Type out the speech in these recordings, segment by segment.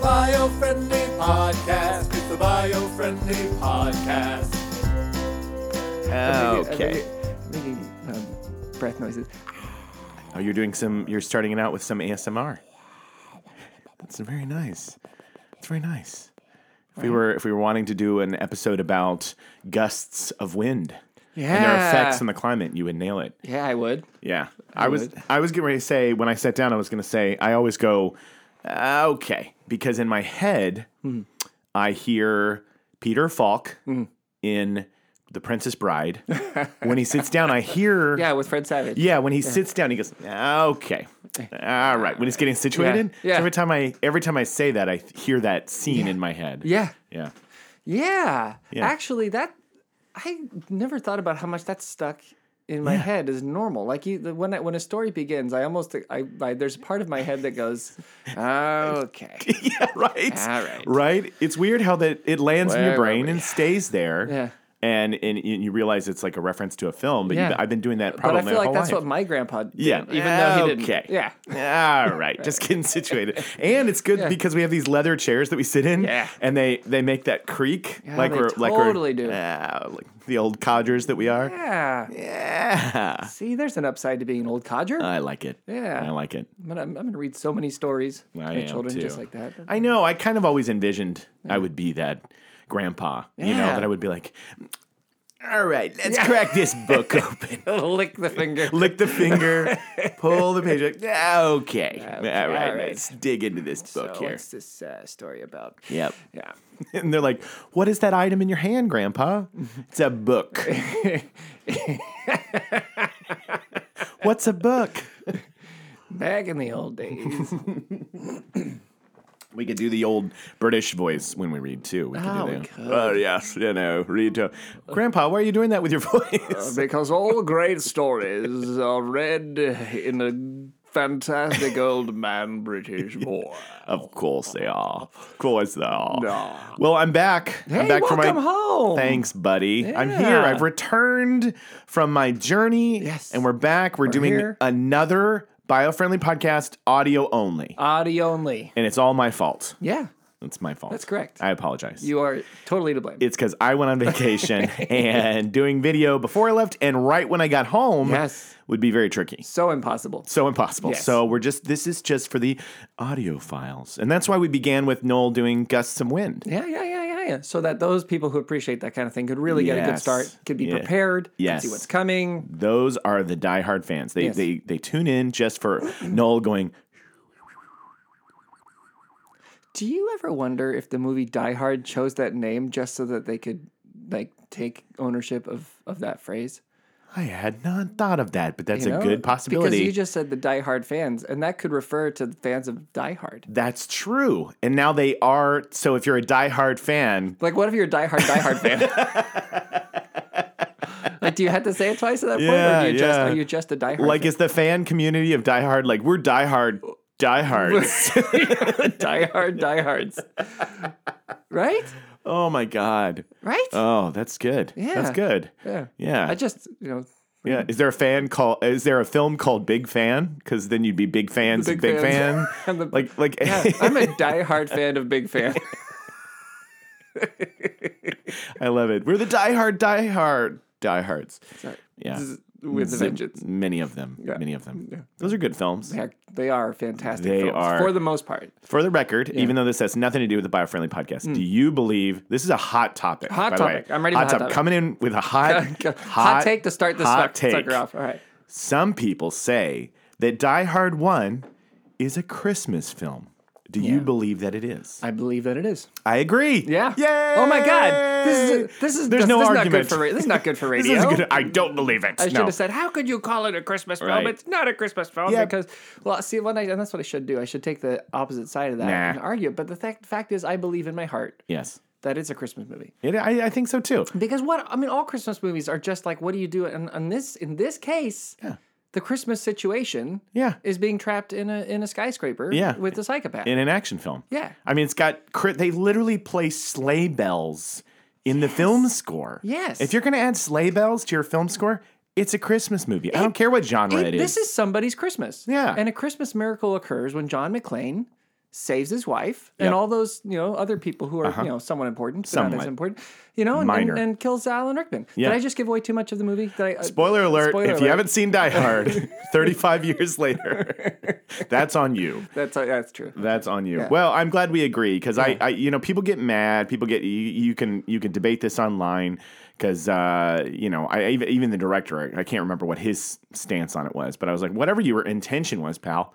bio-friendly podcast. It's the bio-friendly podcast. Oh, Okay. I'm making um, breath noises. Oh, you're doing some. You're starting it out with some ASMR. That's very nice. It's very nice. If we were if we were wanting to do an episode about gusts of wind and their Yeah. effects on the climate, you would nail it. Yeah, I would. Yeah, I was would. I was getting ready to say when I sat down, I was going to say I always go "Uh, okay because in my head I hear Peter Falk in The Princess Bride. when he sits down, I hear Yeah, with Fred Savage. yeah, when he sits down, he goes, "Okay, all right." When he's getting situated, Yeah. So every time I every time I say that, I hear that scene in my head. Yeah. yeah, Yeah. Yeah. Actually, that I never thought about how much that's stuck in my head as normal. Like you, the- when I, when a story begins, I almost I, I there's a part of my head that goes, okay, yeah, All right, right. Ah, right. It's weird how that it lands in your Where were brain we? and stays there. Yeah. And, and and you realize it's like a reference to a film, but Yeah. you've, I've been doing that but probably I feel my like whole that's life. what my grandpa did, Yeah. even though he didn't. Okay. Yeah. All Ah, right, just getting situated, and it's good because we have these leather chairs that we sit in, Yeah. and they they make that creak Yeah, like they we're like we're totally do. Ah, like the old codgers that we are. Yeah. Yeah. See, there's an upside to being an old codger. I like it. Yeah. I like it. I'm, gonna, I'm gonna read so many stories to I my am children just too. like that. I know. I kind of always envisioned I would be that grandpa, you know, Yeah. that I would be like, all right, let's crack this book open. Lick the finger. Lick the finger, pull the page. Like, okay. All right, all right. Let's dig into this book So here. What's this uh, story about? Yep. Yeah. And they're like, what is that item in your hand, grandpa? It's a book. What's a book? Back in the old days. We could do the old British voice when we read too. We could Oh, do we that. could. Oh yes, you know, read to Grandpa. Why are you doing that with your voice? because all great stories are read in a fantastic old man British voice. of course they are. Of course they are. No. Well, I'm back. I'm Hey, back for my welcome home. Thanks, buddy. I'm here. Yeah. I've returned from my journey. Yes. And we're back. We're, doing here. another bio-friendly podcast, audio only. Audio only. and it's all my fault. Yeah, It's my fault. That's correct. I apologize. you are totally to blame. it's because I went on vacation and doing video before I left and right when I got home Yes. would be very tricky. so impossible. So impossible. Yes. So we're just this is just for the audio files. And that's why we began with Noel doing gusts of wind. Yeah, yeah, yeah, yeah, yeah. So that those people who appreciate that kind of thing could really get a good Yes. start, could be Yeah. prepared, Yes. could see what's coming. Those are the diehard fans. They Yes. they they tune in just for Noel going, Do you ever wonder if the movie Die Hard chose that name just so that they could like take ownership of of that phrase? I had not thought of that, but that's You a know? good possibility. Because you just said the Die Hard fans, and that could refer to the fans of Die Hard. that's true. And now they are so if you're a diehard fan, Like, what if you're a Die Hard Die Hard fan? like, do you have to say it twice at that Yeah, point, or do you just yeah. are you just a Die Hard? like it's the fan community of Die Hard. Like we're Die Hard, Die Hards. fan? Die Hard Die Hards, right? oh my god. Right? Oh, that's good. that's Yeah. good. yeah. Yeah, I just you know yeah. Is there a fan call? Is there a film called Big Fan? Because then you'd be big fans The of big Big fans. Fan. I'm the- like, like, yeah, I'm a Die Hard fan of Big Fan. I love it. We're the Die Hard, Die Hard, Die Hards. Sorry. Yeah, This is With a Z- vengeance. Many of them. Yeah. Many of them. Those are good films. Heck, They are fantastic. They films, are- for the most part. For the record, even though this has nothing to do with the biofriendly podcast, do you believe this is a hot topic? Hmm. Hot by the topic. way. I'm ready for hot hot top- topic. Coming in with a hot, hot, hot take to start this hot suck- sucker off. All right. Some people say that Die Hard One is a Christmas film. Do you believe that it is? I believe that it is. I agree. Yeah. Yay! Oh my God. This is this is There's this, no this Is not argument. good for ra- this is not good for This radio. is good. I don't believe it. I should no. have said, "How could you call it a Christmas film? Right. It's not a Christmas film Yeah. because." Well, see, when I and that's what I should do. I should take the opposite side of that Nah. and argue. But the fact fact is, I believe in my heart yes. that it's a Christmas movie It, I, I think so too. because what I mean, all Christmas movies are just like, what do you do? And on this, in this case, Yeah. the Christmas situation, Yeah. is being trapped in a in a skyscraper, Yeah. with a psychopath. In an action film. Yeah. I mean, it's got. cri- They literally play sleigh bells in the film score. Yes. If you're going to add sleigh bells to your film score, it's a Christmas movie. I don't care what genre It- it is. This is somebody's Christmas. Yeah. And a Christmas miracle occurs when John McClane saves his wife Yep. Uh-huh. and all those you know other people who are you know somewhat important, but not Somewhat. as important, you know, and, and, Minor. and kills Alan Rickman. Yeah. Did I just give away too much of the movie? Did I, uh, Spoiler alert, spoiler if you alert. haven't seen Die Hard 35 years later, that's on you. that's uh, that's true. That's on you. Yeah. Well, I'm glad we agree because I, I, you know, people get mad. People get you, you can you can debate this online because uh, you know I even even the director I, I can't remember what his stance on it was, but I was like, whatever your intention was, pal,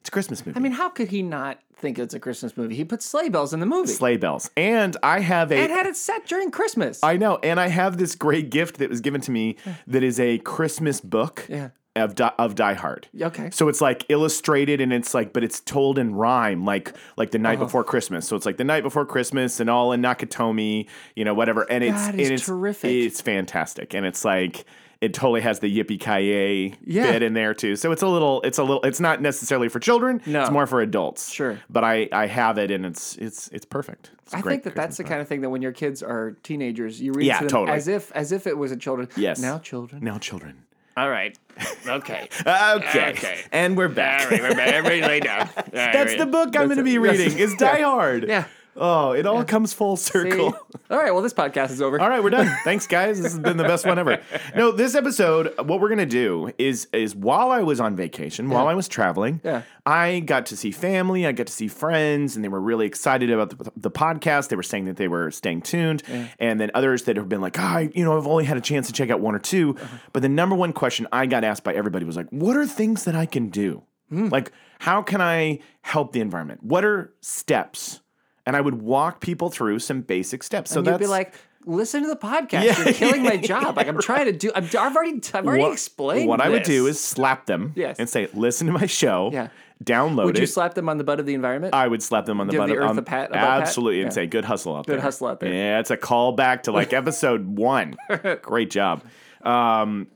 it's a Christmas movie. I mean, how could he not think it's a Christmas movie? He put sleigh bells in the movie sleigh bells, and I have a and had it set during Christmas. I know, and I have this great gift that was given to me that is a Christmas book Yeah. of Di- of Die Hard. okay. So it's like illustrated and it's like, but it's told in rhyme, like like the night Uh-huh. before Christmas. So it's like the night before Christmas and all in Nakatomi, you know, whatever. And it's That and is it's terrific. It's fantastic, and it's like it totally has the yippee ki Yeah. bit in there too. So it's a little, it's a little, it's not necessarily for children. No. it's more for adults. Sure. but I I have it and it's it's it's perfect. It's a I great think that Christmas that's the kind of thing that when your kids are teenagers, you read Yeah, to them totally. as if as if it was a children. Yes. Now children. now children. All right. Okay. Okay. Okay. And we're back. Everybody lay down. That's the book I'm going to be reading. It's Die Hard. Yeah. Oh, it all comes full circle. All right. Well, this podcast is over. All right, we're done. Thanks, guys. This has been the best one ever. No, this episode, what we're gonna do is is while I was on vacation, while I was traveling, Yeah. I got to see family, I got to see friends, and they were really excited about the, the podcast. They were saying that they were staying tuned, and then others that have been like, "Ah, I, you know, I've only had a chance to check out one or 2 Uh-huh. But the number one question I got asked by everybody was like, "What are things that I can do? Hmm. Like, how can I help the environment? What are steps?" And I would walk people through some basic steps. So And you'd that's be like, listen to the podcast. Yeah. You're killing my job. Like I'm trying to do. I'm, I've already. I've already explained. What I would this. do is slap them Yes. and say, "Listen to my show. Yeah. Download Would it." you slap them on the butt of the environment? I would slap them on the Give butt. the of- earth on- a pat- a butt pat? absolutely, and Yeah. say, "Good hustle out there. Good hustle out there. Yeah, it's a callback to like episode one. Great job. Um,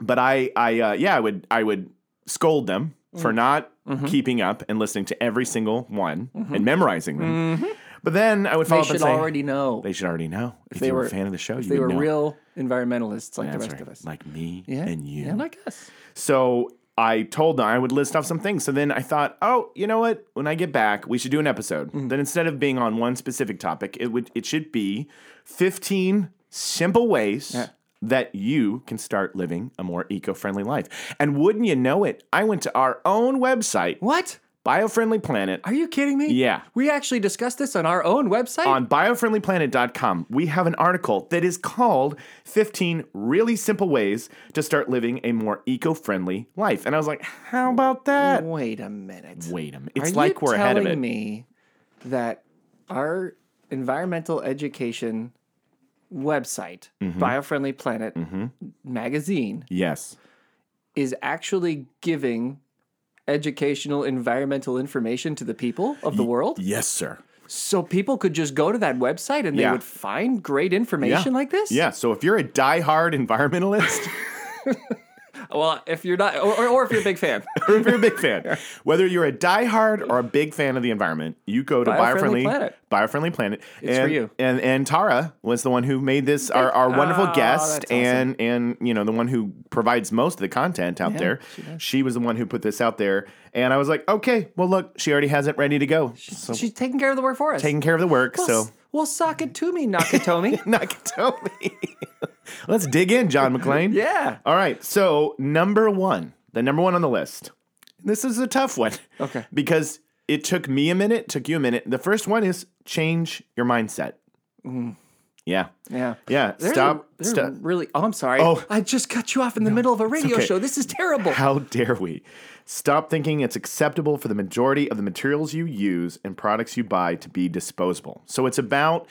but I, I, uh, yeah, I would, I would scold them for Mm. not Mm-hmm. keeping up and listening to every single one and memorizing them. But then I would follow Mm-hmm. they up should and say, already know. "They should already know if, they you were, were- a fan of the show. if you they were would know. real environmentalists like That's the rest right. of us. like me yeah. and you And like us. so I told them I would list off some things. So then I thought, oh, you know what? When I get back, we should do an episode. Then instead of being on one specific topic, it would it should be 15 simple ways that you can start living a more eco-friendly life. And wouldn't you know it, I went to our own website, What? Biofriendly Planet. Are you kidding me? Yeah. We actually discussed this on our own website. on biofriendlyplanet.com, we have an article that is called 15 Really Simple Ways to Start Living a More Eco Friendly Life. And I was like, how about that? Wait a minute. Wait a minute. Are It's you like we're ahead of telling it. me that our environmental education website, Mm-hmm. Biofriendly Planet magazine, Yes. is actually giving educational environmental information to the people of the world? Yes, sir. So people could just go to that website and they Yeah. would find great information like this? Yeah. So if you're a diehard environmentalist, Well, if you're not, or, or- or if you're a big fan. or if you're a big fan, whether you're a diehard or a big fan of the environment, you go to Biofriendly Biofriendly Planet. Biofriendly Planet. It's for and, you. And and Tara was the one who made this our, our wonderful Oh, guest that's and and you know the one who provides most of the content out there. She, was the one who put this out there, and I was like, okay, well look, she already has it ready to go. so She's taking care of the work for us. taking care of the work. well, so s- well, sock it to me, Nakatomi. Nakatomi. Let's dig in, John McClane. Yeah. All right. So number one, the number one on the list. This is a tough one. Okay. Because it took me a minute, took you a minute. The first one is change your mindset. Mm. Yeah. Yeah. Yeah. They're- stop. they're Stop. Really? Oh, I'm sorry. Oh. I just cut you off in the middle of a radio okay. show. This is terrible. How dare we? Stop thinking it's acceptable for the majority of the materials you use and products you buy to be disposable. So it's about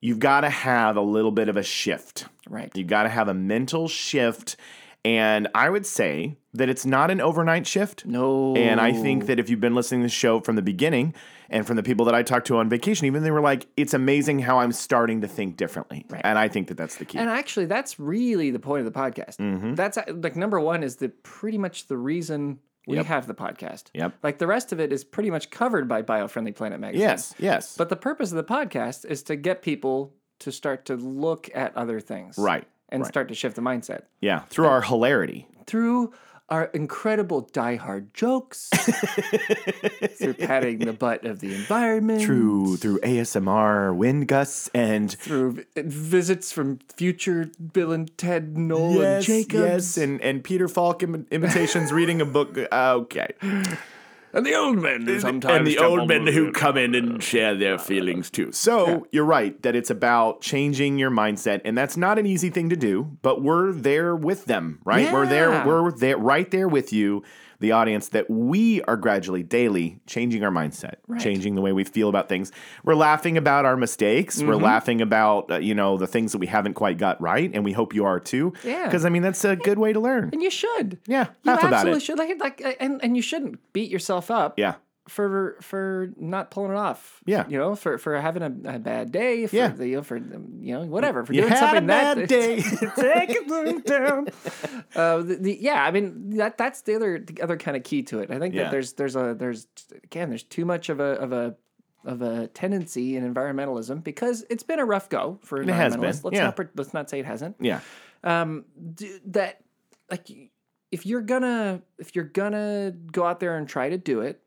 you've got to have a little bit of a shift. Right. You got to have a mental shift. And I would say that it's not an overnight shift. No. And I think that if you've been listening to the show from the beginning and from the people that I talked to on vacation, even they were like, it's amazing how I'm starting to think differently. Right. And I think that that's the key. And actually, that's really the point of the podcast. Mm-hmm. That's uh, like number one is the pretty much the reason we have the podcast. Yep. Like the rest of it is pretty much covered by Biofriendly Planet magazine. yes, yes. But the purpose of the podcast is to get people to start to look at other things. Right, And start to shift the mindset yeah, through our hilarity. through our incredible diehard jokes, through patting the butt of the environment, Through through ASMR wind gusts and through vi- visits from future Bill and Ted, Noel and Jacobs, yes, and and Peter Falk Im- imitations reading a book. uh, Okay, and the old men who sometimes and the jump old on Uh, men the who roof. come in and share their feelings too. So you're right that it's about changing your mindset, and that's not an easy thing to do. But we're there with them, right? We're there. Yeah. We're there, right there with you, the audience. That we are gradually, daily, changing our mindset, changing the way we feel about things. We're laughing about our mistakes. Mm-hmm. We're laughing about uh, you know the things that we haven't quite got right, and we hope you are too. Yeah. Because I mean that's a good way to learn. and you should, Yeah, you laugh about absolutely it. should. Like, like, and and you shouldn't beat yourself up, eh? Yeah. for for not pulling it off. Yeah. you know, for for having a, a bad day. For Yeah. the, you know, for um, you know, whatever. For You doing had something a that bad day. take it down. Uh, the, the, yeah, I mean that that's the other the other kind of key to it. I think Yeah. that there's there's a there's again there's too much of a of a of a tendency in environmentalism because it's been a rough go for environmentalists. It has been, Let's yeah. not pre- let's not say it hasn't yeah. d- that like y- if you're gonna if you're gonna go out there and try to do it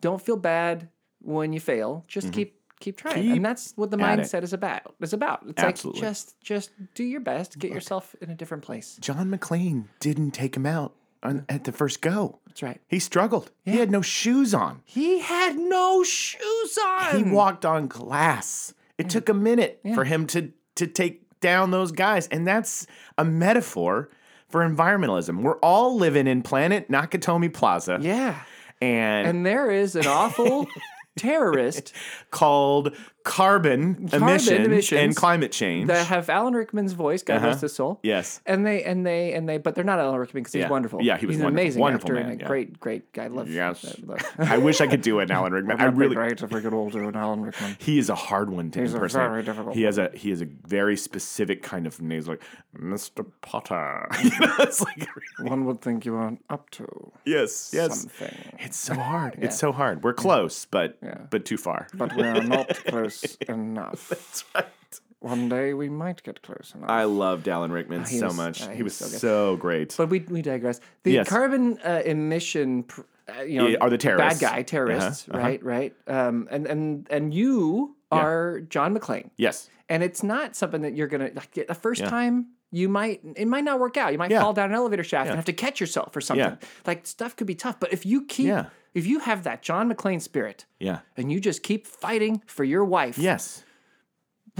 don't feel bad when you fail just keep keep trying Mm-hmm. Keep and that's what the at it. mindset is about it's about it's Absolutely. like just just do your best get yourself in a different place John McClane didn't take him out on, at the first go. that's right He struggled. He had no shoes on. he had no shoes on He walked on glass. It took a minute for him to to take down those guys, and that's a metaphor for environmentalism. We're all living in planet Nakatomi Plaza, yeah and, and there is an awful terrorist called carbon, emissions, and emissions climate change. that have alan rickman's voice god rest his soul Uh-huh. yes, And they and they and they, but they're not Alan Rickman because he's Yeah. wonderful. Yeah, he was he's wonderful. an amazing Wonderful actor man, and a yeah. great, great guy. I love. Yes. I love- I wish I could do an Alan Rickman. I That'd be really, great if we could all do an Alan Rickman. He is a hard one to He's a impersonate. very difficult he has a he has a very specific kind of name. He's like Mr. Potter. you Mm-hmm. know, it's like One would think you weren't up to yes, yes. something, It's so hard. It's so hard. We're close, but but too far. but we are not close enough. That's right. One day we might get close enough. I loved Alan Rickman so was- much. uh, he Ah, he was was so, so good. great. but we we digress. The Yes. carbon uh, emission, pr- uh, you know, Yeah, are the terrorists. Uh-huh, bad guy terrorists, right? Right. Um, and and and you are John McClane. yes. and it's not something that you're gonna like the first time you might it might not work out you might Yeah. fall down an elevator shaft and have to catch yourself or something like stuff could be tough but if you keep Yeah. if you have that john mcclane spirit Yeah. and you just keep fighting for your wife Yes.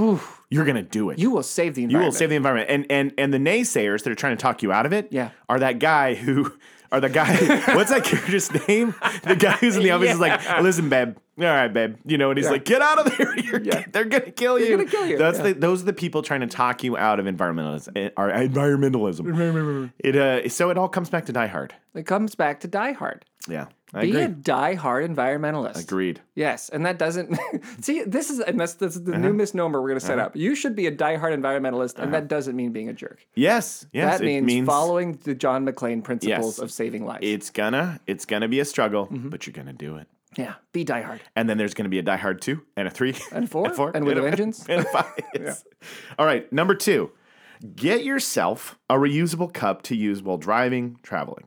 oof, You're gonna do it. you will save the You environment will save the environment. And and and the naysayers that are trying to talk you out of it Yeah. are that guy who are the guy what's that character's name? The guy who's in the office is like, listen, babe, all right, babe. You know, and he's like, get out of there. You're, They're gonna kill you. gonna kill you. That's the, those are the people trying to talk you out of environmentalism or environmentalism. it uh so it all comes back to die hard. it comes back to die hard Yeah. I be agree. a die hard environmentalist Agreed. Yes, and that doesn't see. This is and that's, that's Uh-huh. the new misnomer we're going to set up. You should be a die-hard environmentalist, and that doesn't mean being a jerk. Yes. Uh-huh. Yes. that it means, following the John McClane principles Yes. of saving lives. it's gonna it's gonna be a struggle, Mm-hmm. but you're gonna do it. Yeah, be diehard. And then there's going to be a Die Hard 2 and a 3 And four, and with a vengeance. and a 5. yes. All right, number 2. Get yourself a reusable cup to use while driving, traveling.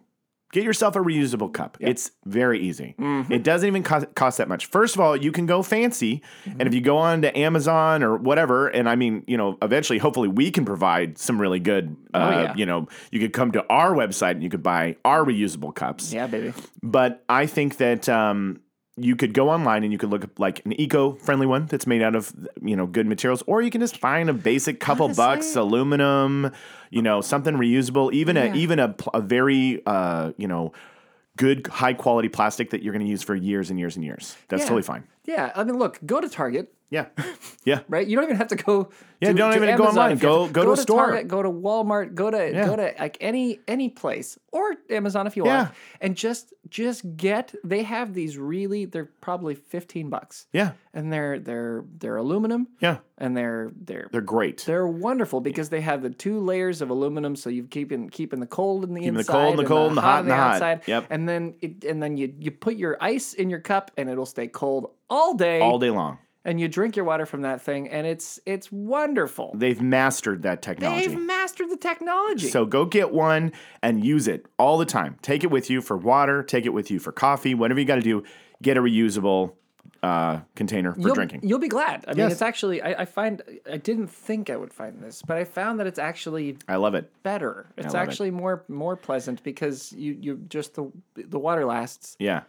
Get yourself a reusable cup. It's very easy. It doesn't even cost, cost that much. First of all, you can go fancy, and if you go on to Amazon or whatever, and I mean, you know, eventually, hopefully, we can provide some really good. Uh, yeah. You know, you could come to our website and you could buy our reusable cups Yeah, baby. but I think that um, you could go online and you could look up like an eco-friendly one that's made out of you know good materials, or you can just find a basic couple Honestly- bucks aluminum, you know something reusable, even a even a, pl- a very uh, you know good high quality plastic that you're going to use for years and years and years. That's Yeah. totally fine. Yeah, I mean, look, go to Target, Yeah, yeah. right? You don't even have to go. Yeah, to, you don't to even go Amazon online. if you Go- have go to a store. Target, go to Walmart. Go to go to like any any place or Amazon if you Yeah. want, and just just get. They have these really. They're probably fifteen bucks. Yeah. and they're they're they're aluminum. Yeah. and they're they're. They're great. they're wonderful because they have the two layers of aluminum, so you keep in keeping the cold in the the inside, cold in the cold and the hot on in the hot. outside. Yep. And then it, and then you you put your ice in your cup and it'll stay cold all day, all day long. and you drink your water from that thing, and it's it's wonderful. They've mastered that technology. They've mastered the technology. So go get one and use it all the time. Take it with you for water, take it with you for coffee, whatever you got to do. Get a reusable uh, container for you'll, drinking. You'll be glad. I mean, Yes. it's actually I, I find I didn't think I would find this, but I found that it's actually I love it. better. It's love it. actually more more pleasant because you you just the the water lasts Yeah.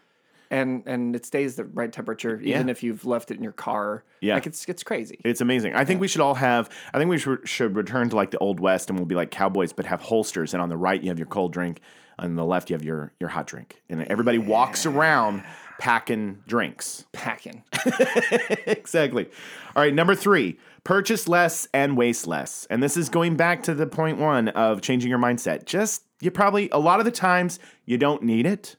and and it stays the right temperature even Yeah. if you've left it in your car. Yeah. like it's it's crazy. It's amazing. I think we should all have. I think we should, should return to like the old west, and we'll be like cowboys, but have holsters. And on the right, you have your cold drink, on the left, you have your your hot drink, and everybody walks around packing drinks. Packing. exactly. All right, number three: purchase less and waste less. And this is going back to the point one of changing your mindset. Just you probably a lot of the times you don't need it,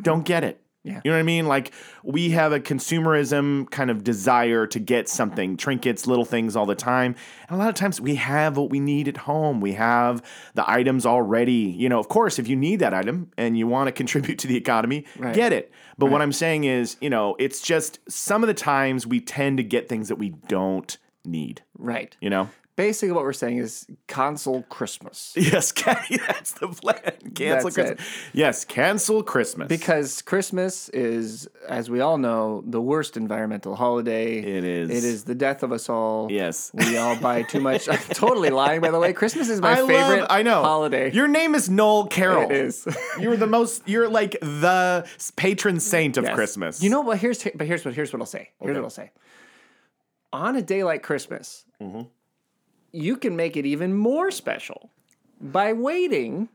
don't get it. Yeah. You know what I mean? Like we have a consumerism kind of desire to get something, trinkets, little things all the time. And a lot of times we have what we need at home. We have the items already. You know, of course, if you need that item and you want to contribute to the economy, get it. But what I'm saying is, you know, it's just some of the times we tend to get things that we don't need. Right. You know? Basically, what we're saying is console Christmas Yes, that's the plan. Cancel That's Christmas. Yes, cancel Christmas. because Christmas is, as we all know, the worst environmental holiday. It is. It is the death of us all. Yes. We all buy too much. I'm totally lying, by the way. Christmas is my favorite I know. holiday. Your name is Noel Carroll. It is. You're the most. You're like the s- patron saint of Yes. Christmas. You know what? Here's but here's what here's what I'll say. Here's what I'll say. On a day like Christmas, Mm-hmm. you can make it even more special by waiting,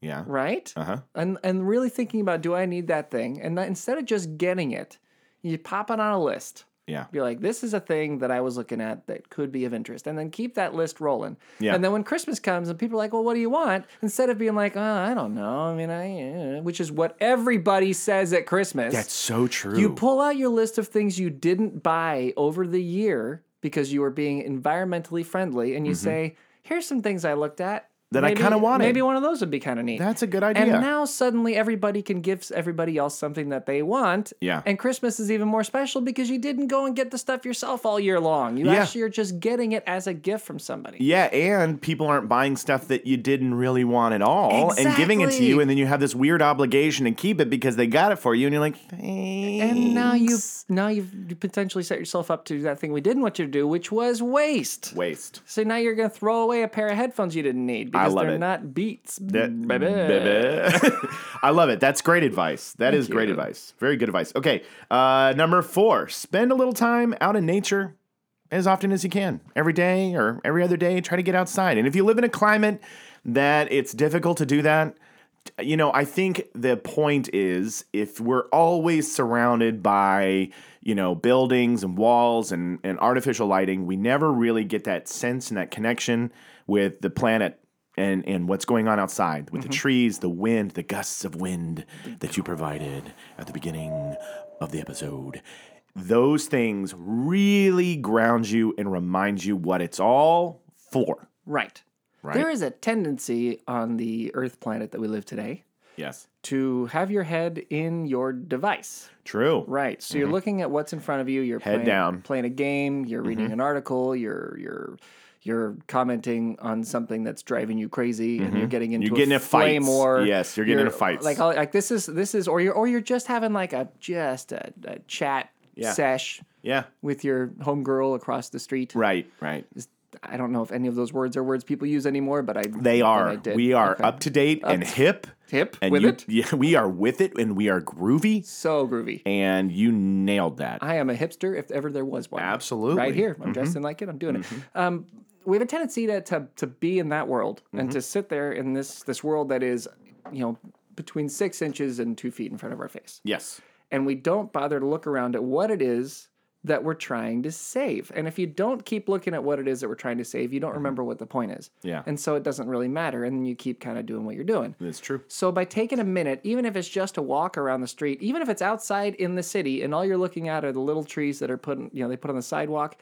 Yeah. right? Uh huh. And and really thinking about do I need that thing? And that- instead of just getting it, you pop it on a list. Yeah. Be like, this is a thing that I was looking at that could be of interest, and then keep that list rolling. Yeah. And then when Christmas comes and people are like, well, what do you want? Instead of being like, oh, I don't know, I mean, I, uh," which is what everybody says at Christmas. That's so true. You pull out your list of things you didn't buy over the year because you were being environmentally friendly, and you say, "Here's some things I looked at Mm-hmm. That I Maybe- kinda wanted." Maybe one of those would be kind of neat." That's a good idea. and now suddenly everybody can give s- everybody else something that they want. Yeah. And Christmas is even more special because you didn't go and get the stuff yourself all year long. You Yeah. actually are just getting it as a gift from somebody. yeah, and people aren't buying stuff that you didn't really want at all and giving it to Exactly. you, and then you have this weird obligation to keep it because they got it for you, and you're like, thanks. And now you now you've you potentially set yourself up to that thing we didn't want you to do, which was waste. waste. So now you're gonna throw away a pair of headphones you didn't need because love they're it. not Beats. That- baby. baby. I love it. That's great advice. That is great you. advice. Very good advice. Okay. Uh, number four, spend a little time out in nature as often as you can. Every day or every other day, try to get outside. And if you live in a climate that it's difficult to do that, you know, I think the point is if we're always surrounded by, you know, buildings and walls and, and artificial lighting, we never really get that sense and that connection with the planet and, and what's going on outside Mm-hmm. with the trees, the wind, the gusts of wind that you provided at the beginning of the episode. Those things really ground you and remind you what it's all for. Right. There is a tendency on the Earth planet that we live today Yes. to have your head in your device. True. Right. So you're looking at what's in front of you. You're Mm-hmm. Head playing, down. Mm-hmm. playing a game. You're reading an article. You're you're you're commenting on something that's driving you crazy, and you're getting into Mm-hmm. You're getting a into flame fights. war. Yes, you're getting into fights. Like I'll- like this is this is or you're or you're just having like a just a, a chat Yeah. sesh Yeah. with your homegirl across the street. Right, right. I don't know if any of those words are words people use anymore, but I They but are. I did. We are Okay. up to date and hip. Hip And with you- it? Yeah, we are with it and we are groovy. so groovy. And you nailed that. I am a hipster if ever there was one. Absolutely. Mm-hmm. Right here. I'm dressed in like it. I'm doing it. Um, we have a tendency to, to, to be in that world and Mm-hmm. to sit there in this, this world that is, you know, between six inches and two feet in front of our face. yes. And we don't bother to look around at what it is that we're trying to save. And if you don't keep looking at what it is that we're trying to save, you don't remember what the point is. Mm-hmm. Yeah. And so it doesn't really matter. And then you keep kind of doing what you're doing. That's true. So by taking a minute, even if it's just a walk around the street, even if it's outside in the city and all you're looking at are the little trees that are put, in, you know, they put on the sidewalk,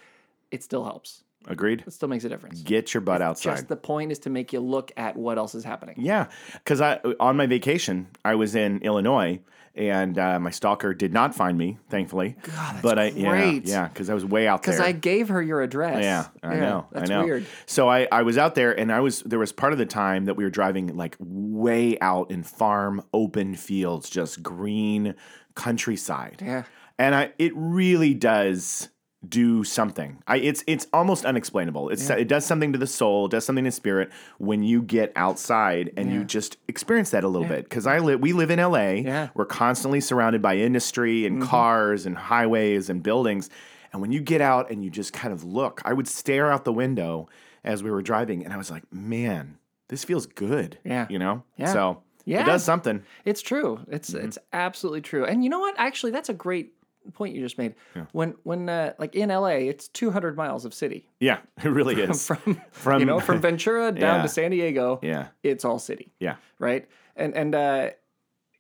it still helps. Agreed. It still makes a difference. Get your butt outside. Just the point is to make you look at what else is happening. Yeah, because I on my vacation I was in Illinois and uh, my stalker did not find me, thankfully. God, that's but I, great. Yeah, yeah, because I was way out there. Because I gave her your address. Yeah, I know. That's I know. weird. So I, I was out there, and I was there was part of the time that we were driving like way out in farm open fields, just green countryside. Yeah. and I it really does do something. I it's it's almost unexplainable. It's it does something to the soul, it does something to spirit when you get outside and you just experience that a little bit. Because I live, we live in L.A. Yeah. Mm-hmm. We're constantly surrounded by industry and cars and highways and buildings. And when you get out and you just kind of look, I would stare out the window as we were driving, and I was like, man, this feels good. Yeah. you know. Yeah. So Yeah. it does something. It's true. It's Mm-hmm. it's absolutely true. And you know what? Actually, that's a great point you just made. When when uh, like in LA, it's 200 miles of city Yeah, it really is. from, From- you know from Ventura down Yeah. to San Diego. yeah, It's all city, yeah, right? And and uh,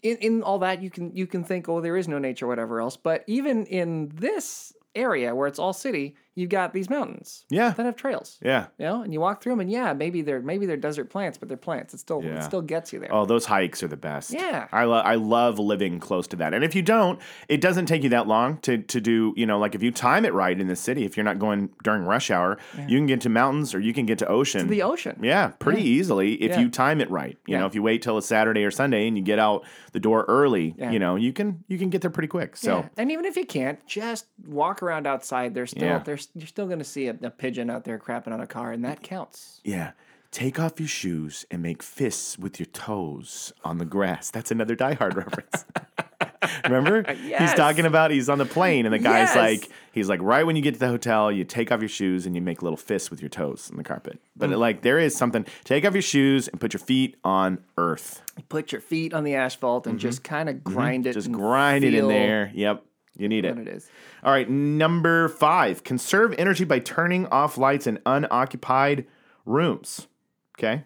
in in all that you can you can think oh there is no nature whatever else, but even in this area where it's all city, you've got these mountains Yeah. that have trails. yeah. You know, and you walk through them, and yeah, maybe they're maybe they're desert plants, but they're plants. It still Yeah. it still gets you there. Oh, those hikes are the best. Yeah. I love I love living close to that. And if you don't, it doesn't take you that long to to do, you know, like if you time it right in the city, if you're not going during rush hour, you can get to mountains or you can get to ocean. The ocean. yeah, pretty easily if Yeah. you time it right. You Yeah. know, if you wait till a Saturday or Sunday and you get out the door early, Yeah. you know, you can you can get there pretty quick. So Yeah, and even if you can't, just walk around outside. There's still Yeah. there's you're still gonna see a, a pigeon out there crapping on a car, and that counts. Yeah. Take off your shoes and make fists with your toes on the grass. That's another Die Hard reference. Remember? Yes. He's talking about he's on the plane and the guy's Yes. like he's like right when you get to the hotel, you take off your shoes and you make little fists with your toes on the carpet. But Mm. like there is something. Take off your shoes and put your feet on earth. You put your feet on the asphalt and Mm-hmm. just kind of grind it. Just and grind it in feel there. Yep. You need What it is. all right, number five, conserve energy by turning off lights in unoccupied rooms. Okay.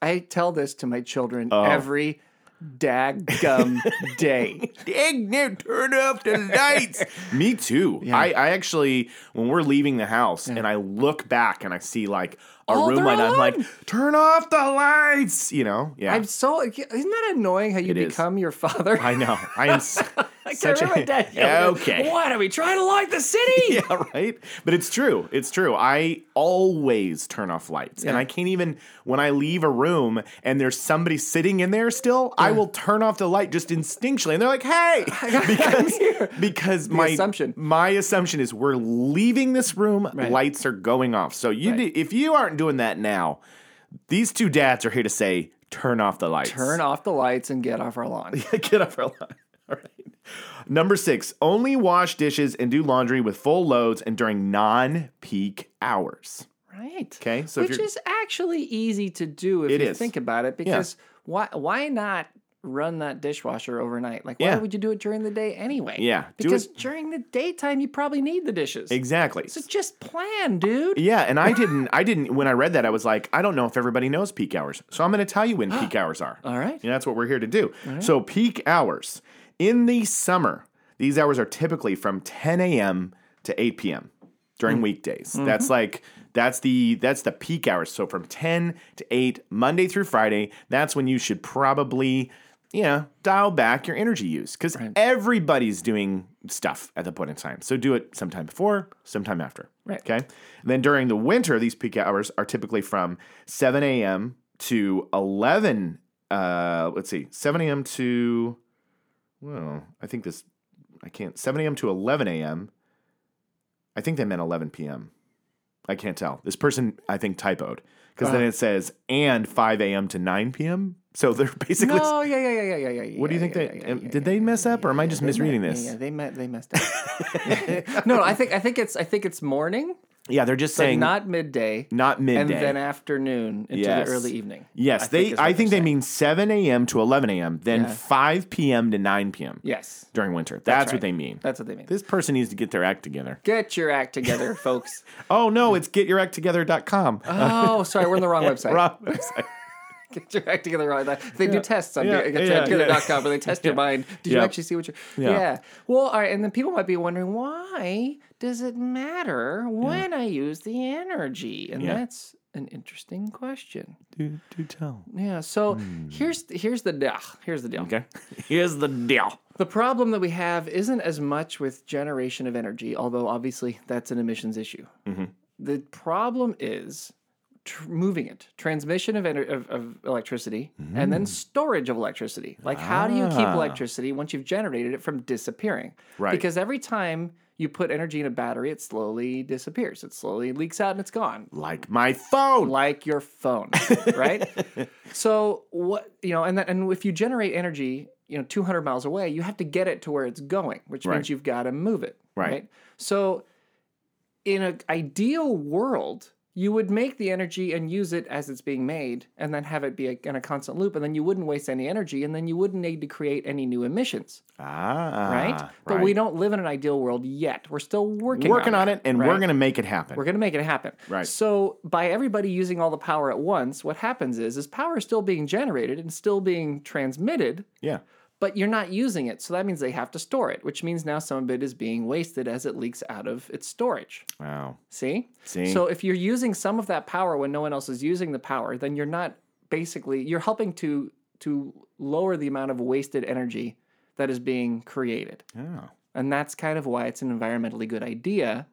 I tell this to my children every daggum day. Dang, now turn off the lights. Me too. I, I actually, when we're leaving the house and I look back and I see like a Oh, room they're light, I'm on. like, turn off the lights. You know? Yeah. I'm so isn't that annoying how you It is. become your father? I know. I am s- I can't such remember my a. dad. Yeah, yelling, okay. What are we trying to light the city? Yeah, right. But it's true. It's true. I always turn off lights, and Yeah. I can't even when I leave a room and there's somebody sitting in there still. I will turn off the light just instinctually, and they're like, "Hey," because because my assumption. my assumption is we're leaving this room, lights are going off. So you do, if you aren't doing that now, these two dads are here to say, "Turn off the lights. Turn off the lights and get off our lawn. Get off our line. All right. Number six, only wash dishes and do laundry with full loads and during non peak hours. Right. Okay, so if which you're- is actually easy to do if It you is. think about it, because why why not run that dishwasher overnight? Like, why Yeah. would you do it during the day anyway? Yeah, do because it- during the daytime you probably need the dishes. Exactly. So just plan, dude. yeah, and I didn't I didn't when I read that I was like, I don't know if everybody knows peak hours. So I'm gonna tell you when peak hours are. All right. And that's what we're here to do. So peak hours. In the summer, these hours are typically from 10 a.m. to 8 p.m. during weekdays. That's like that's the that's the peak hours. So from 10 to 8, Monday through Friday, that's when you should probably, you know, dial back your energy use. Because everybody's doing stuff at the point in time. So do it sometime before, sometime after. Right. Okay. And then during the winter, these peak hours are typically from 7 a.m. to 11. Uh, let's see, 7 a.m. to well, I think this I can't 7 a.m. to 11 a.m. I think they meant 11 p.m. I can't tell. This person I think typoed because Uh-huh. then it says and 5 a.m. to 9 p.m. So they're basically. No, yeah, yeah, yeah, yeah, yeah, yeah. What do you yeah, think yeah, they yeah, yeah, yeah, did? they mess up, or am I just yeah, misreading yeah, this? Yeah, Yeah, they met, they messed up. no, no, I think I think it's I think it's morning, they're just but saying not, not midday, midday. and then afternoon into Yes. the early evening. Yes, they. is what I they're think they saying. mean 7 a.m. to 11 a.m. Then Yeah. 5 p.m. to 9 p.m. Yes, during winter. That's, right. what they mean. that's what they mean. this person needs to get their act together. Get your act together, folks. Oh no, it's getyourecttogether.com. Oh, sorry, we're on the wrong website. Wrong website. Get your act together. Right? They do tests on Yeah, yeah. yeah, yeah. where they test your mind. Did you Yeah. actually see what you're? Yeah. Yeah. Well, all right, and then people might be wondering why does it matter when I use the energy? And Yeah. that's an interesting question. Do, do tell. Yeah. So here's here's the deal. Here's the deal. Okay. Here's the deal. The problem that we have isn't as much with generation of energy, although obviously that's an emissions issue. Mm-hmm. The problem is tr- moving it, transmission of, ener- of, of electricity, and then storage of electricity. Like, how do you keep Mm. Ah. electricity once you've generated it from disappearing? Right. Because every time you put energy in a battery, it slowly disappears, it slowly leaks out, and it's gone Like my phone. like your phone, right? so what you know, and that, and if you generate energy, you know, 200 miles away, you have to get it to where it's going, which Right. means you've got to move it, Right. right? So in an ideal world, you would make the energy and use it as it's being made, and then have it be a, in a constant loop, and then you wouldn't waste any energy, and then you wouldn't need to create any new emissions, ah. right? But we don't live in an ideal world yet. We're still working working on it. it, and right? we're gonna make it happen. We're going to make it happen. Right. So by everybody using all the power at once, what happens is is power is still being generated and still being transmitted, yeah. but you're not using it. So that means they have to store it, which means now some of it is being wasted as it leaks out of its storage. Wow. See? See? So if you're using some of that power when no one else is using the power, then you're not basically you're helping to to lower the amount of wasted energy that is being created. Yeah. And that's kind of why it's an environmentally good idea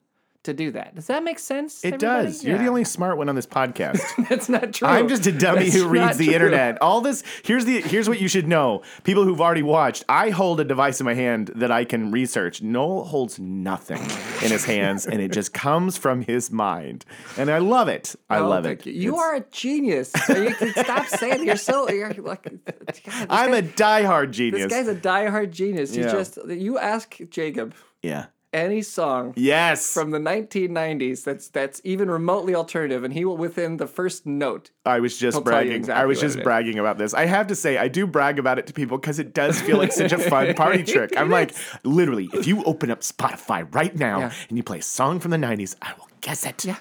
to do that. Does that make sense? It everybody? does. You're the Yeah. only smart one on this podcast. That's not true. I'm just a dummy That's who reads not the true. internet. All this here's the here's what you should know. People who've already watched, I hold a device in my hand that I can research. Noel holds nothing in his hands, and it just comes from his mind. And I love it. I Oh, love thank it. You, You It's- are a genius. So you can stop saying you're so. You're like, God, this I'm guy- a diehard This genius. guy's a diehard genius. You Yeah. just you ask Jacob yeah. any song Yes. from the 1990s that's that's even remotely alternative, and he will within the first note. I was just He'll tell you bragging. exactly I was what just it is. bragging about this. I have to say, I do brag about it to people because it does feel like such a fun party trick. I'm like, literally, if you open up Spotify right now Yeah. and you play a song from the '90s, I will guess it. Yeah.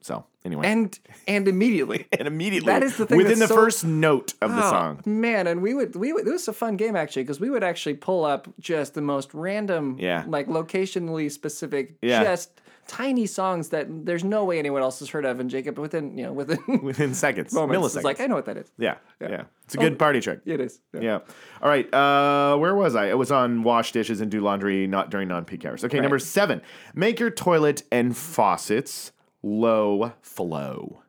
So anyway, and, And and immediately. immediately, That is the thing within the that's so- first note of the Oh, song. Man, and we would we would it was a fun game actually because we would actually pull up just the most random, Yeah. like locationally specific, Yeah. just tiny songs that there's no way anyone else has heard of. And Jacob, within you know within moments, Within seconds, is milliseconds. like eh. Oh. I know what that is. yeah, yeah, It's a good party trick. It is. Yeah. Yeah. All right. Uh, where was I? It was on wash dishes and do laundry not during non peak hours. Okay. Number seven, make your toilet and faucets low flow.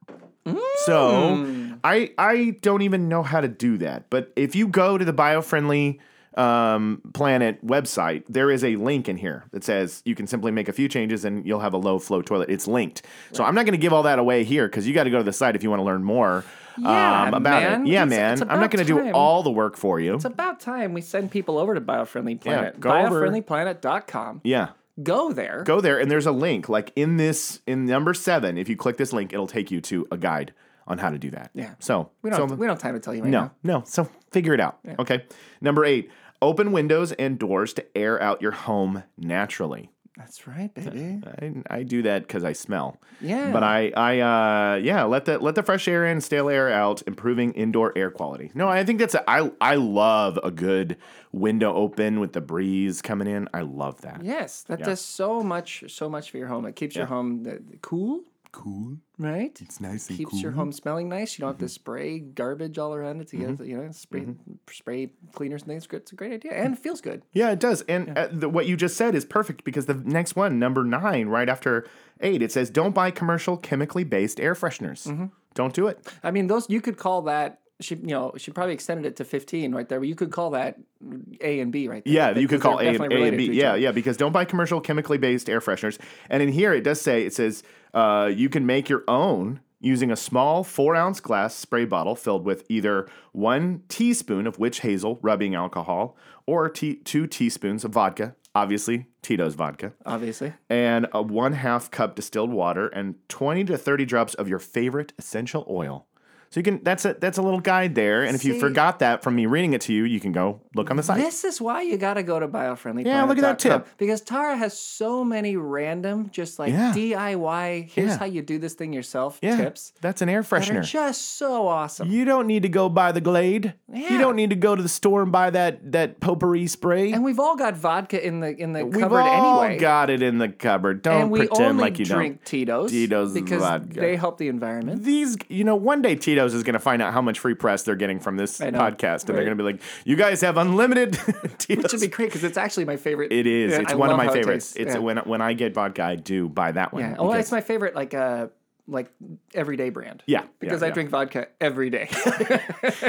Mm. So I I don't even know how to do that. But if you go to the biofriendly um, planet website, there is a link in here that says you can simply make a few changes and you'll have a low flow toilet. It's linked. So I'm not going to give all that away here because you got to go to the site if you want to learn more Yeah, um, about man. it. Yeah, It's- man. it's I'm not about going to do time. all the work for you. It's about time we send people over to Biofriendly Planet. go over. Biofriendlyplanet.com. yeah. Go there. Go there and there's a link like in this in number 7 if you click this link it'll take you to a guide on how to do that. Yeah. So We don't so- we don't have time to tell you right No, now. no. So figure it out. Okay. Number eight, open windows and doors to air out your home naturally. That's right, baby. I, I do that because I smell. Yeah. But I, I, uh, yeah, let the let the fresh air in, stale air out, improving indoor air quality. No, I think that's a, I I love a good window open with the breeze coming in. I love that. Yes, that does so much, so much for your home. It keeps your home uh, cool, Cool. right? It's nice and keeps your home smelling nice. You don't Mm-hmm. have to spray garbage all around it to get you know spray spray cleaners and things. It's a great idea and feels good. Yeah, it does. And uh, the, what you just said is perfect because the next one, number nine, right after eight, it says, "Don't buy commercial chemically based air fresheners. Mm-hmm. Don't do it." I mean, those you could call that. She you know she probably extended it to fifteen right there. But you could call that A and B right there. Yeah, you because could call A they're and, definitely A and related B. to each Yeah, other. yeah, because don't buy commercial chemically based air fresheners. And in here, it does say it says uh, you can make your own using a small four ounce glass spray bottle filled with either one teaspoon of witch hazel rubbing alcohol or te- two teaspoons of vodka, obviously Tito's vodka, obviously. and a one half cup distilled water and 20 to 30 drops of your favorite essential oil. So you can that's a that's a little guide there. And if you See- forgot that from me reading it to you, you can go look on the site. This is why you got to go to biofriendly. Yeah, look at that tip. Because Tara has so many random, just like Yeah. DIY. Here's Yeah. how you do this thing yourself. yeah, Tips that's an air that are freshener. just so awesome. you don't need to go buy the Glade. Yeah. You don't need to go to the store and buy that that potpourri spray. And we've all got vodka in the in the We've cupboard all anyway. got it in the cupboard. Don't and we pretend only like you drink don't. Tito's, Tito's because vodka. they help the environment. These, you know, one day Tito's is going to find out how much free press they're getting from this I know, podcast, and right. they're going to be like, "You guys have unlimited Tito's." Which would be great because it's actually my favorite. It is. Yeah, it's I one of love my how it favorites. tastes. It's yeah. when when I get vodka, I do buy that one. Yeah. Oh, because- it's my favorite, like uh, like everyday brand. Yeah, yeah, because I yeah. drink vodka every day.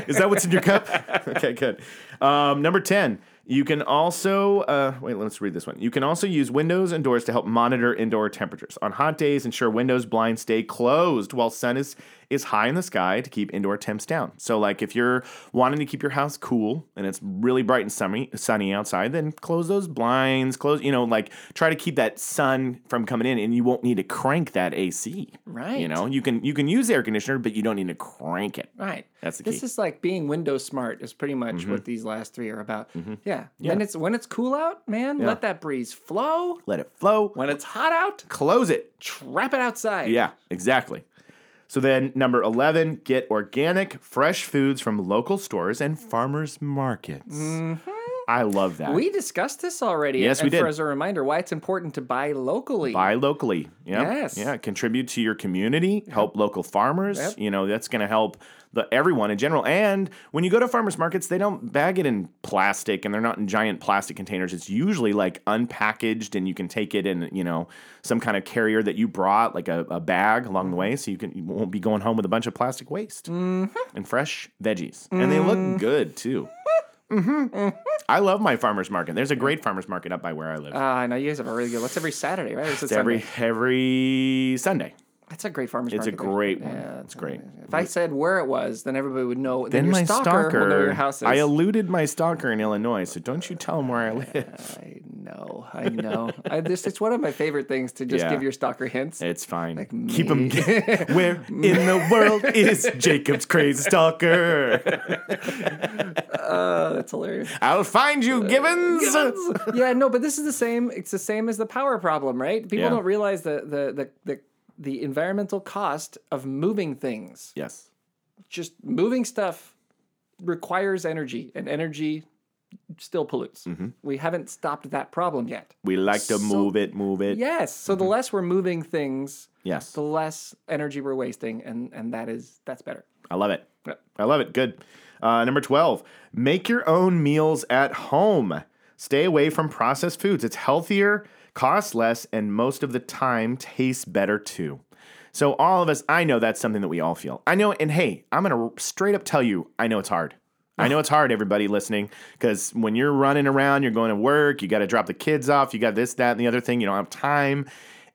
Is that what's in your cup? okay, good. Um, number 10. You can also, uh, wait, let's read this one. You can also use windows and doors to help monitor indoor temperatures. On hot days, ensure windows blinds stay closed while sun is, is high in the sky to keep indoor temps down. So, like, if you're wanting to keep your house cool and it's really bright and sunny, sunny outside, then close those blinds, close, you know, like, try to keep that sun from coming in and you won't need to crank that AC. You Right. know, you can, you can use the air conditioner, but you don't need to crank it. Right. That's the This key. Mm-hmm. is like being window smart is pretty much what these last three are about. Yeah. When it's when it's cool out, man, let that breeze flow. Let it flow. When it's hot out, close it. trap it outside. Yeah, exactly. So then number 11, get organic fresh foods from local stores and farmers markets. I love that. We discussed this already. Yes, we and did. For, as a reminder, why it's important to buy locally. Buy locally. Yeah. Yes. Yeah. Contribute to your community. Help local farmers. Yep. You know, that's going to help the everyone in general. And when you go to farmers markets, they don't bag it in plastic and they're not in giant plastic containers. It's usually like unpackaged and you can take it in, you know, some kind of carrier that you brought, like a, a bag along the Mm-hmm. way. So you can you won't be going home with a bunch of plastic waste and fresh veggies. And they Mm-hmm. look good too. I love my farmers market. There's a great farmers market up by where I live. Ah, I know you guys have a really good. What's every Saturday, right? Or is it it's every Sunday? every Sunday. That's a great farmer's It's a market. great one. Yeah, it's great. If I said where it was, then everybody would know. Then, Then your my stalker, will know your house is. I eluded my stalker in Illinois, so don't you tell him where I live. I know. I know. I just, it's one of my favorite things to just Yeah. give your stalker hints. It's fine. Keep him. where in the world is Jacob's crazy stalker? Oh, that's hilarious. I'll find you, Gibbons. yeah, no, but this is the same. It's the same as the power problem, right? People Yeah. don't realize the the the the the environmental cost of moving things. Yes. Just moving stuff requires energy, and energy still pollutes. Mm-hmm. We haven't stopped that problem yet. We like to move it, move it. Yes. So Mm-hmm. the less we're moving things, Yes. the less energy we're wasting, and and that is that's better. I love it. Yep. I love it. Good. Uh, number 12, make your own meals at home. Stay away from processed foods. It's healthier, costs less, and most of the time tastes better too. So, all of us, I know that's something that we all feel. I know, and hey, I'm going to straight up tell you, I know it's hard. I know it's hard, everybody listening, because when you're running around, you're going to work, you got to drop the kids off, you got this, that, and the other thing, you don't have time.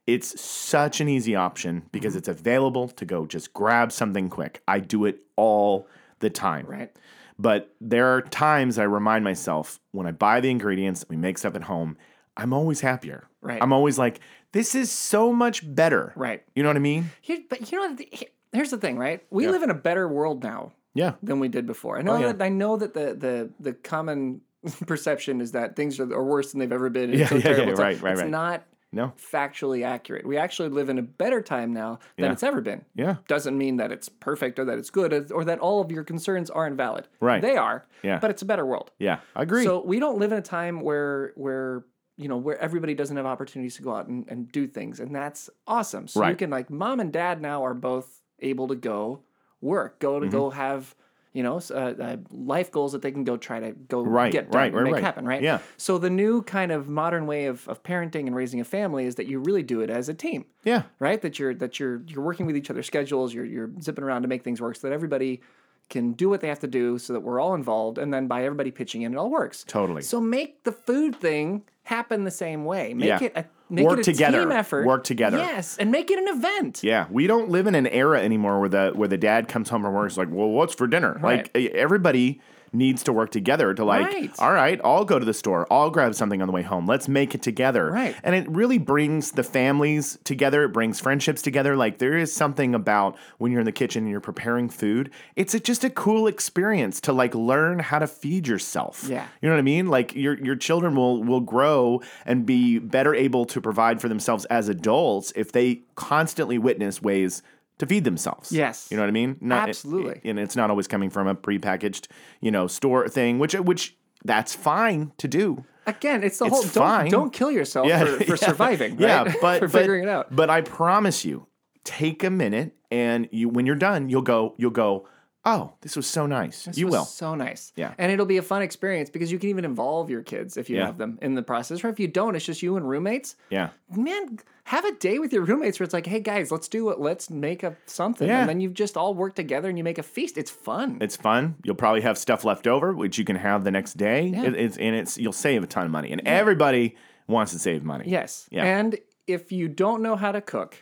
It's such an easy option because Mm-hmm. it's available to go just grab something quick. I do it all the time. Right. But there are times I remind myself when I buy the ingredients, we make stuff at home, I'm always happier. Right. I'm always like, this is so much better. Right. You know what I mean? Here, but you know, the- here's the thing, right? We live in a better world now. Yeah. than we did before. I know Oh, yeah. that I know that the the the common perception is that things are, are worse than they've ever been. and it's Yeah, so yeah, terrible. yeah, It's like- right, right, It's right. not No. factually accurate. We actually live in a better time now than Yeah. it's ever been. Yeah. Doesn't mean that it's perfect or that it's good or that all of your concerns aren't valid. Right. They are. Yeah. But it's a better world. Yeah. I agree. So we don't live in a time where where you know where everybody doesn't have opportunities to go out and, and do things, and that's awesome. So you Right. can like mom and dad now are both able to go work, go to Mm-hmm. go have you know s- uh, uh, life goals that they can go try to go Right, get done right, and right, make right. happen, right? Yeah. So the new kind of modern way of, of parenting and raising a family is that you really do it as a team yeah. right? That you're that you're you're working with each other's schedules. You're you're zipping around to make things work so that everybody can do what they have to do so that we're all involved and then by everybody pitching in it all works Totally. so make the food thing happen the same way make Yeah. it a make Work it a together. team effort Work together. yes and make it an event Yeah, we don't live in an era anymore where the where the dad comes home from work is like, well, what's for dinner? Right. Like e- everybody needs to work together to like, Right. all right, I'll go to the store. I'll grab something on the way home. Let's make it together. Right. And it really brings the families together. It brings friendships together. Like there is something about when you're in the kitchen and you're preparing food. It's a, just a cool experience to like learn how to feed yourself. Yeah. You know what I mean? Like your your children will will grow and be better able to provide for themselves as adults if they constantly witness ways to feed themselves. Yes. You know what I mean? Not, Absolutely. and it's not always coming from a prepackaged, you know, store thing, which which that's fine to do. Again, it's the It's whole fine. don't, don't kill yourself Yeah, for, for yeah. surviving. Right? Yeah, but for but- figuring it out. But I promise you, take a minute and you when you're done, you'll go you'll go, "Oh, this was so nice." you was will. So nice. Yeah. And it'll be a fun experience because you can even involve your kids if you Yeah. have them in the process. Or if you don't, it's just you and roommates. Yeah. Man, have a day with your roommates where it's like, hey guys, let's do it. Let's make up something. Yeah. And then you just all work together and you make a feast. It's fun. It's fun. You'll probably have stuff left over, which you can have the next day. It, it's and it's you'll save a ton of money. And everybody wants to save money. yes. Yeah. And if you don't know how to cook,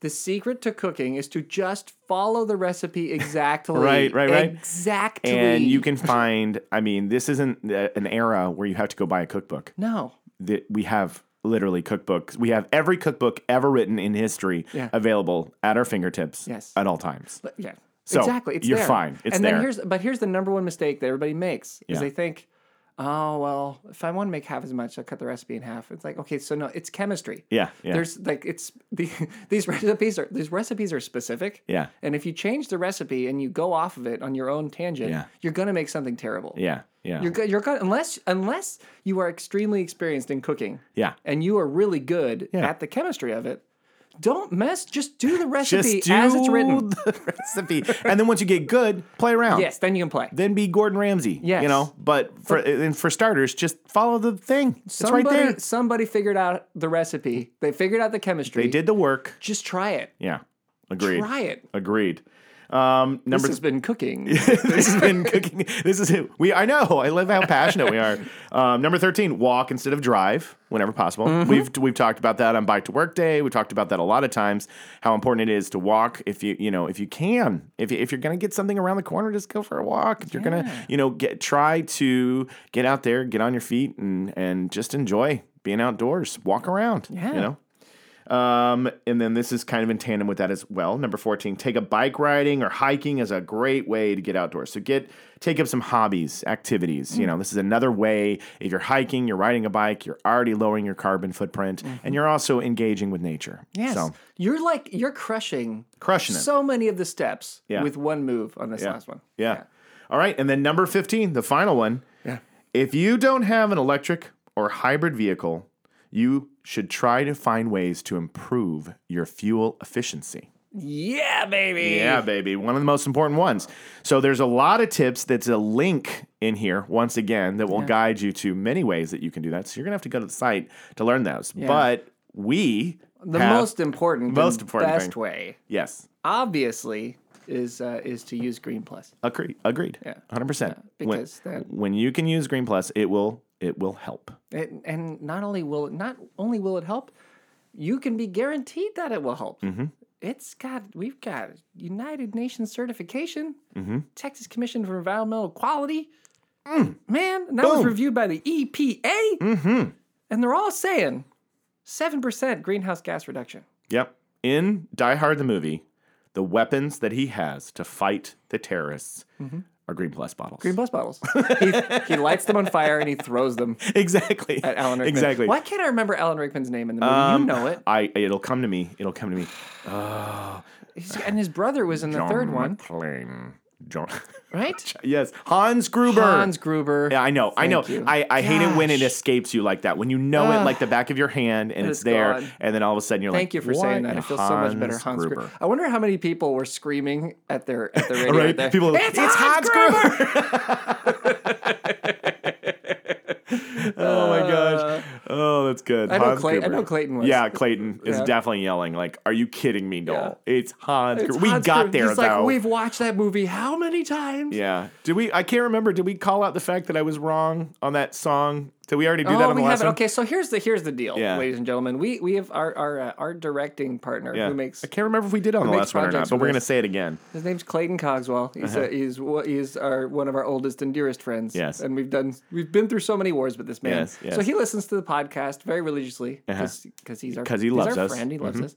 the secret to cooking is to just follow the recipe exactly. Right, right, right. Exactly. And you can find. I mean, this isn't uh, an era where you have to go buy a cookbook. No. That we have literally cookbooks. We have every cookbook ever written in history Yeah. available at our fingertips. Yes. At all times. But yeah. So, exactly. It's you're there. fine. It's and there. then here's but here's the number one mistake that everybody makes is Yeah. they think, oh well, if I want to make half as much, I'll cut the recipe in half. It's like, okay, so no, it's chemistry. Yeah, yeah. There's like it's the, these recipes are these recipes are specific. Yeah. And if you change the recipe and you go off of it on your own tangent, Yeah. you're gonna make something terrible. Yeah. Yeah. You're go- you're gonna unless unless you are extremely experienced in cooking. yeah. And you are really good Yeah. at the chemistry of it. Don't mess. Just do the Just recipe do as it's written. the recipe, and then once you get good, play around. Yes, then you can play. Then be Gordon Ramsay. Yes. You know, but for and for starters, just follow the thing. somebody, it's right there. Somebody figured out the recipe. They figured out the chemistry. They did the work. Just try it. Yeah. Agreed. Try it. Agreed. Um, This number has been cooking. this has been cooking. This is we. I know. I love how passionate we are. Um, number thirteen: walk instead of drive whenever possible. We've we've talked about that on bike to work day. We talked about that a lot of times. How important it is to walk if you you know if you can if you, if you're gonna get something around the corner, just go for a walk. If you're gonna you know get try to get out there, get on your feet, and and just enjoy being outdoors. Walk around. Yeah. You know. Um, and then this is kind of in tandem with that as well. Number 14, take up bike riding or hiking is a great way to get outdoors. So get take up some hobbies, activities. Mm. You know, this is another way if you're hiking, you're riding a bike, you're already lowering your carbon footprint and you're also engaging with nature. Mm-hmm. yes. So You're like you're crushing crushing it. so many of the steps Yeah. with one move on this Yeah. last one. yeah. All right, and then number 15, the final one. Yeah. If you don't have an electric or hybrid vehicle, you should try to find ways to improve your fuel efficiency. Yeah, baby. Yeah, baby. One of the most important ones. So there's a lot of tips that's a link in here, once again, that will guide you to many ways that you can do that. So you're going to have to go to the site to learn those. But we The have- most important, the most important best thing. way, Yes. obviously, is uh, is to use Green Plus. Agreed. Agreed. Yeah. 100%. when, because that- when you can use Green Plus, it will it will help. It, and not only will it not only will it help, you can be guaranteed that it will help. Mm-hmm. It's got we've got United Nations certification, Mm-hmm. Texas Commission for Environmental Quality. Man, and that was Mm. Boom. Mm-hmm. reviewed by the EPA, and they're all saying seven percent greenhouse gas reduction. Yep. In Die Hard the movie, the weapons that he has to fight the terrorists are Green Plus bottles. Mm-hmm. Green plus bottles. he, he lights them on fire and he throws them exactly. at Alan Rickman. Exactly. Um, Why can't I remember Alan Rickman's name in the movie? you know it. I it'll come to me. It'll come to me. He's- and his brother was in the third one, McClane. John. right? yes, Hans Gruber. Hans Gruber. Yeah, I know. I know. Thank you. I, I hate it when it Gosh. escapes you like that. When you know it Ugh. like the back of your hand and it's, it's there, gone. and then all of a sudden you're like, Thank you for "What saying that. in It feels so much better, Hans Gruber. I wonder how many people were screaming at their at their radio. Right? right there. People, it's, Hans, Gruber. oh my gosh. Oh, that's good. I know Hans Clay- I Gruber. know Clayton was. Yeah, Clayton is Yeah. definitely yelling. Like, are you kidding me, Noel? It's Hans. It's Gruber. We Hans got Gruber. there He's though. Like, We've watched that movie how many times? Yeah. Did we? I can't remember. Did we call out the fact that I was wrong on that song Did we already do that Oh, on the we last have it. one? Okay, so here's the here's the deal, Yeah. ladies and gentlemen. We we have our our uh, our directing partner Yeah. who makes I can't remember if we did it on the makes last one or not, projects but with we're going to us? say it again. his name's Clayton Cogswell. He's uh he's wha- he's our one of our oldest and dearest friends. Uh-huh. Yes. and we've done we've been through so many wars with this man. Yes, yes. So he listens to the podcast very religiously because he's our 'Cause he he's loves our us. Mm-hmm. friend. He loves us,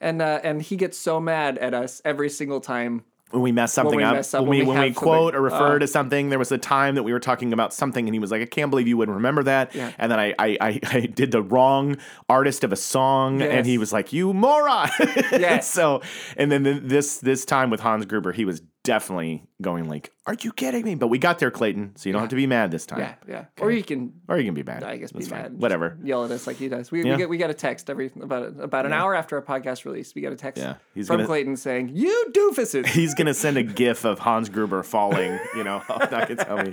and uh, and he gets so mad at us every single time. When we mess something we up, mess up, when when we, we when we have quote something- or refer to something, there was a time that we were talking about something, and he was like, "I can't believe you wouldn't remember that." Yeah. And then I, I, I, I did the wrong artist of a song, and Yes. he was like, "You moron!" Yes. so, and then th- this this time with Hans Gruber, he was definitely going like, "Are you kidding me?" But we got there, Clayton, so you don't have to be mad this time. Yeah, yeah. Or you can Or you can be mad. I guess That's be fine. mad. Whatever. Yell at us like he does. We, Yeah. we get we got a text every about about an hour after our podcast release. We got a text Yeah. He's from gonna- Clayton saying, "You doofuses." He's gonna send a gif of Hans Gruber falling. You know, that could tell me.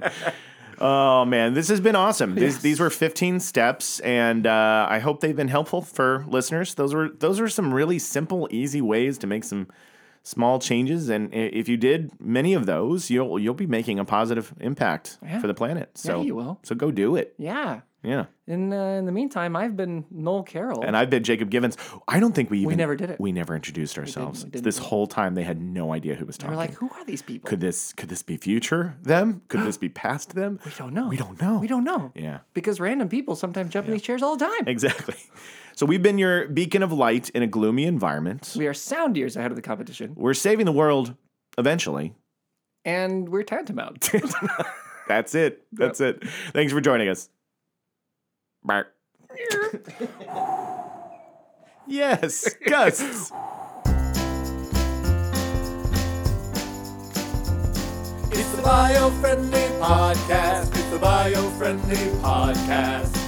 Oh man, this has been awesome. These, these were 15 steps, and uh, I hope they've been helpful for listeners. Those were those are some really simple, easy ways to make some small changes, and i- if you did many of those, you'll you'll be making a positive impact Yeah. for the planet. So you will. So go do it. yeah. Yeah. In uh, in the meantime, I've been Noel Carroll. And I've been Jacob Givens. I don't think we even never did it. We never introduced ourselves. we didn't. This whole time they had no idea who was talking. we're like, who are these people? could this could this be future them? Could this be past them? we don't know. We don't know. We don't know. Yeah. Because random people sometimes jump in these chairs all the time. Exactly. So we've been your beacon of light in a gloomy environment. We are sound years ahead of the competition, We're saving the world eventually. and we're tantamount. That's it. That's it. Thanks for joining us. Bark. yes, Gus. It's the bio friendly podcast. It's the bio friendly podcast.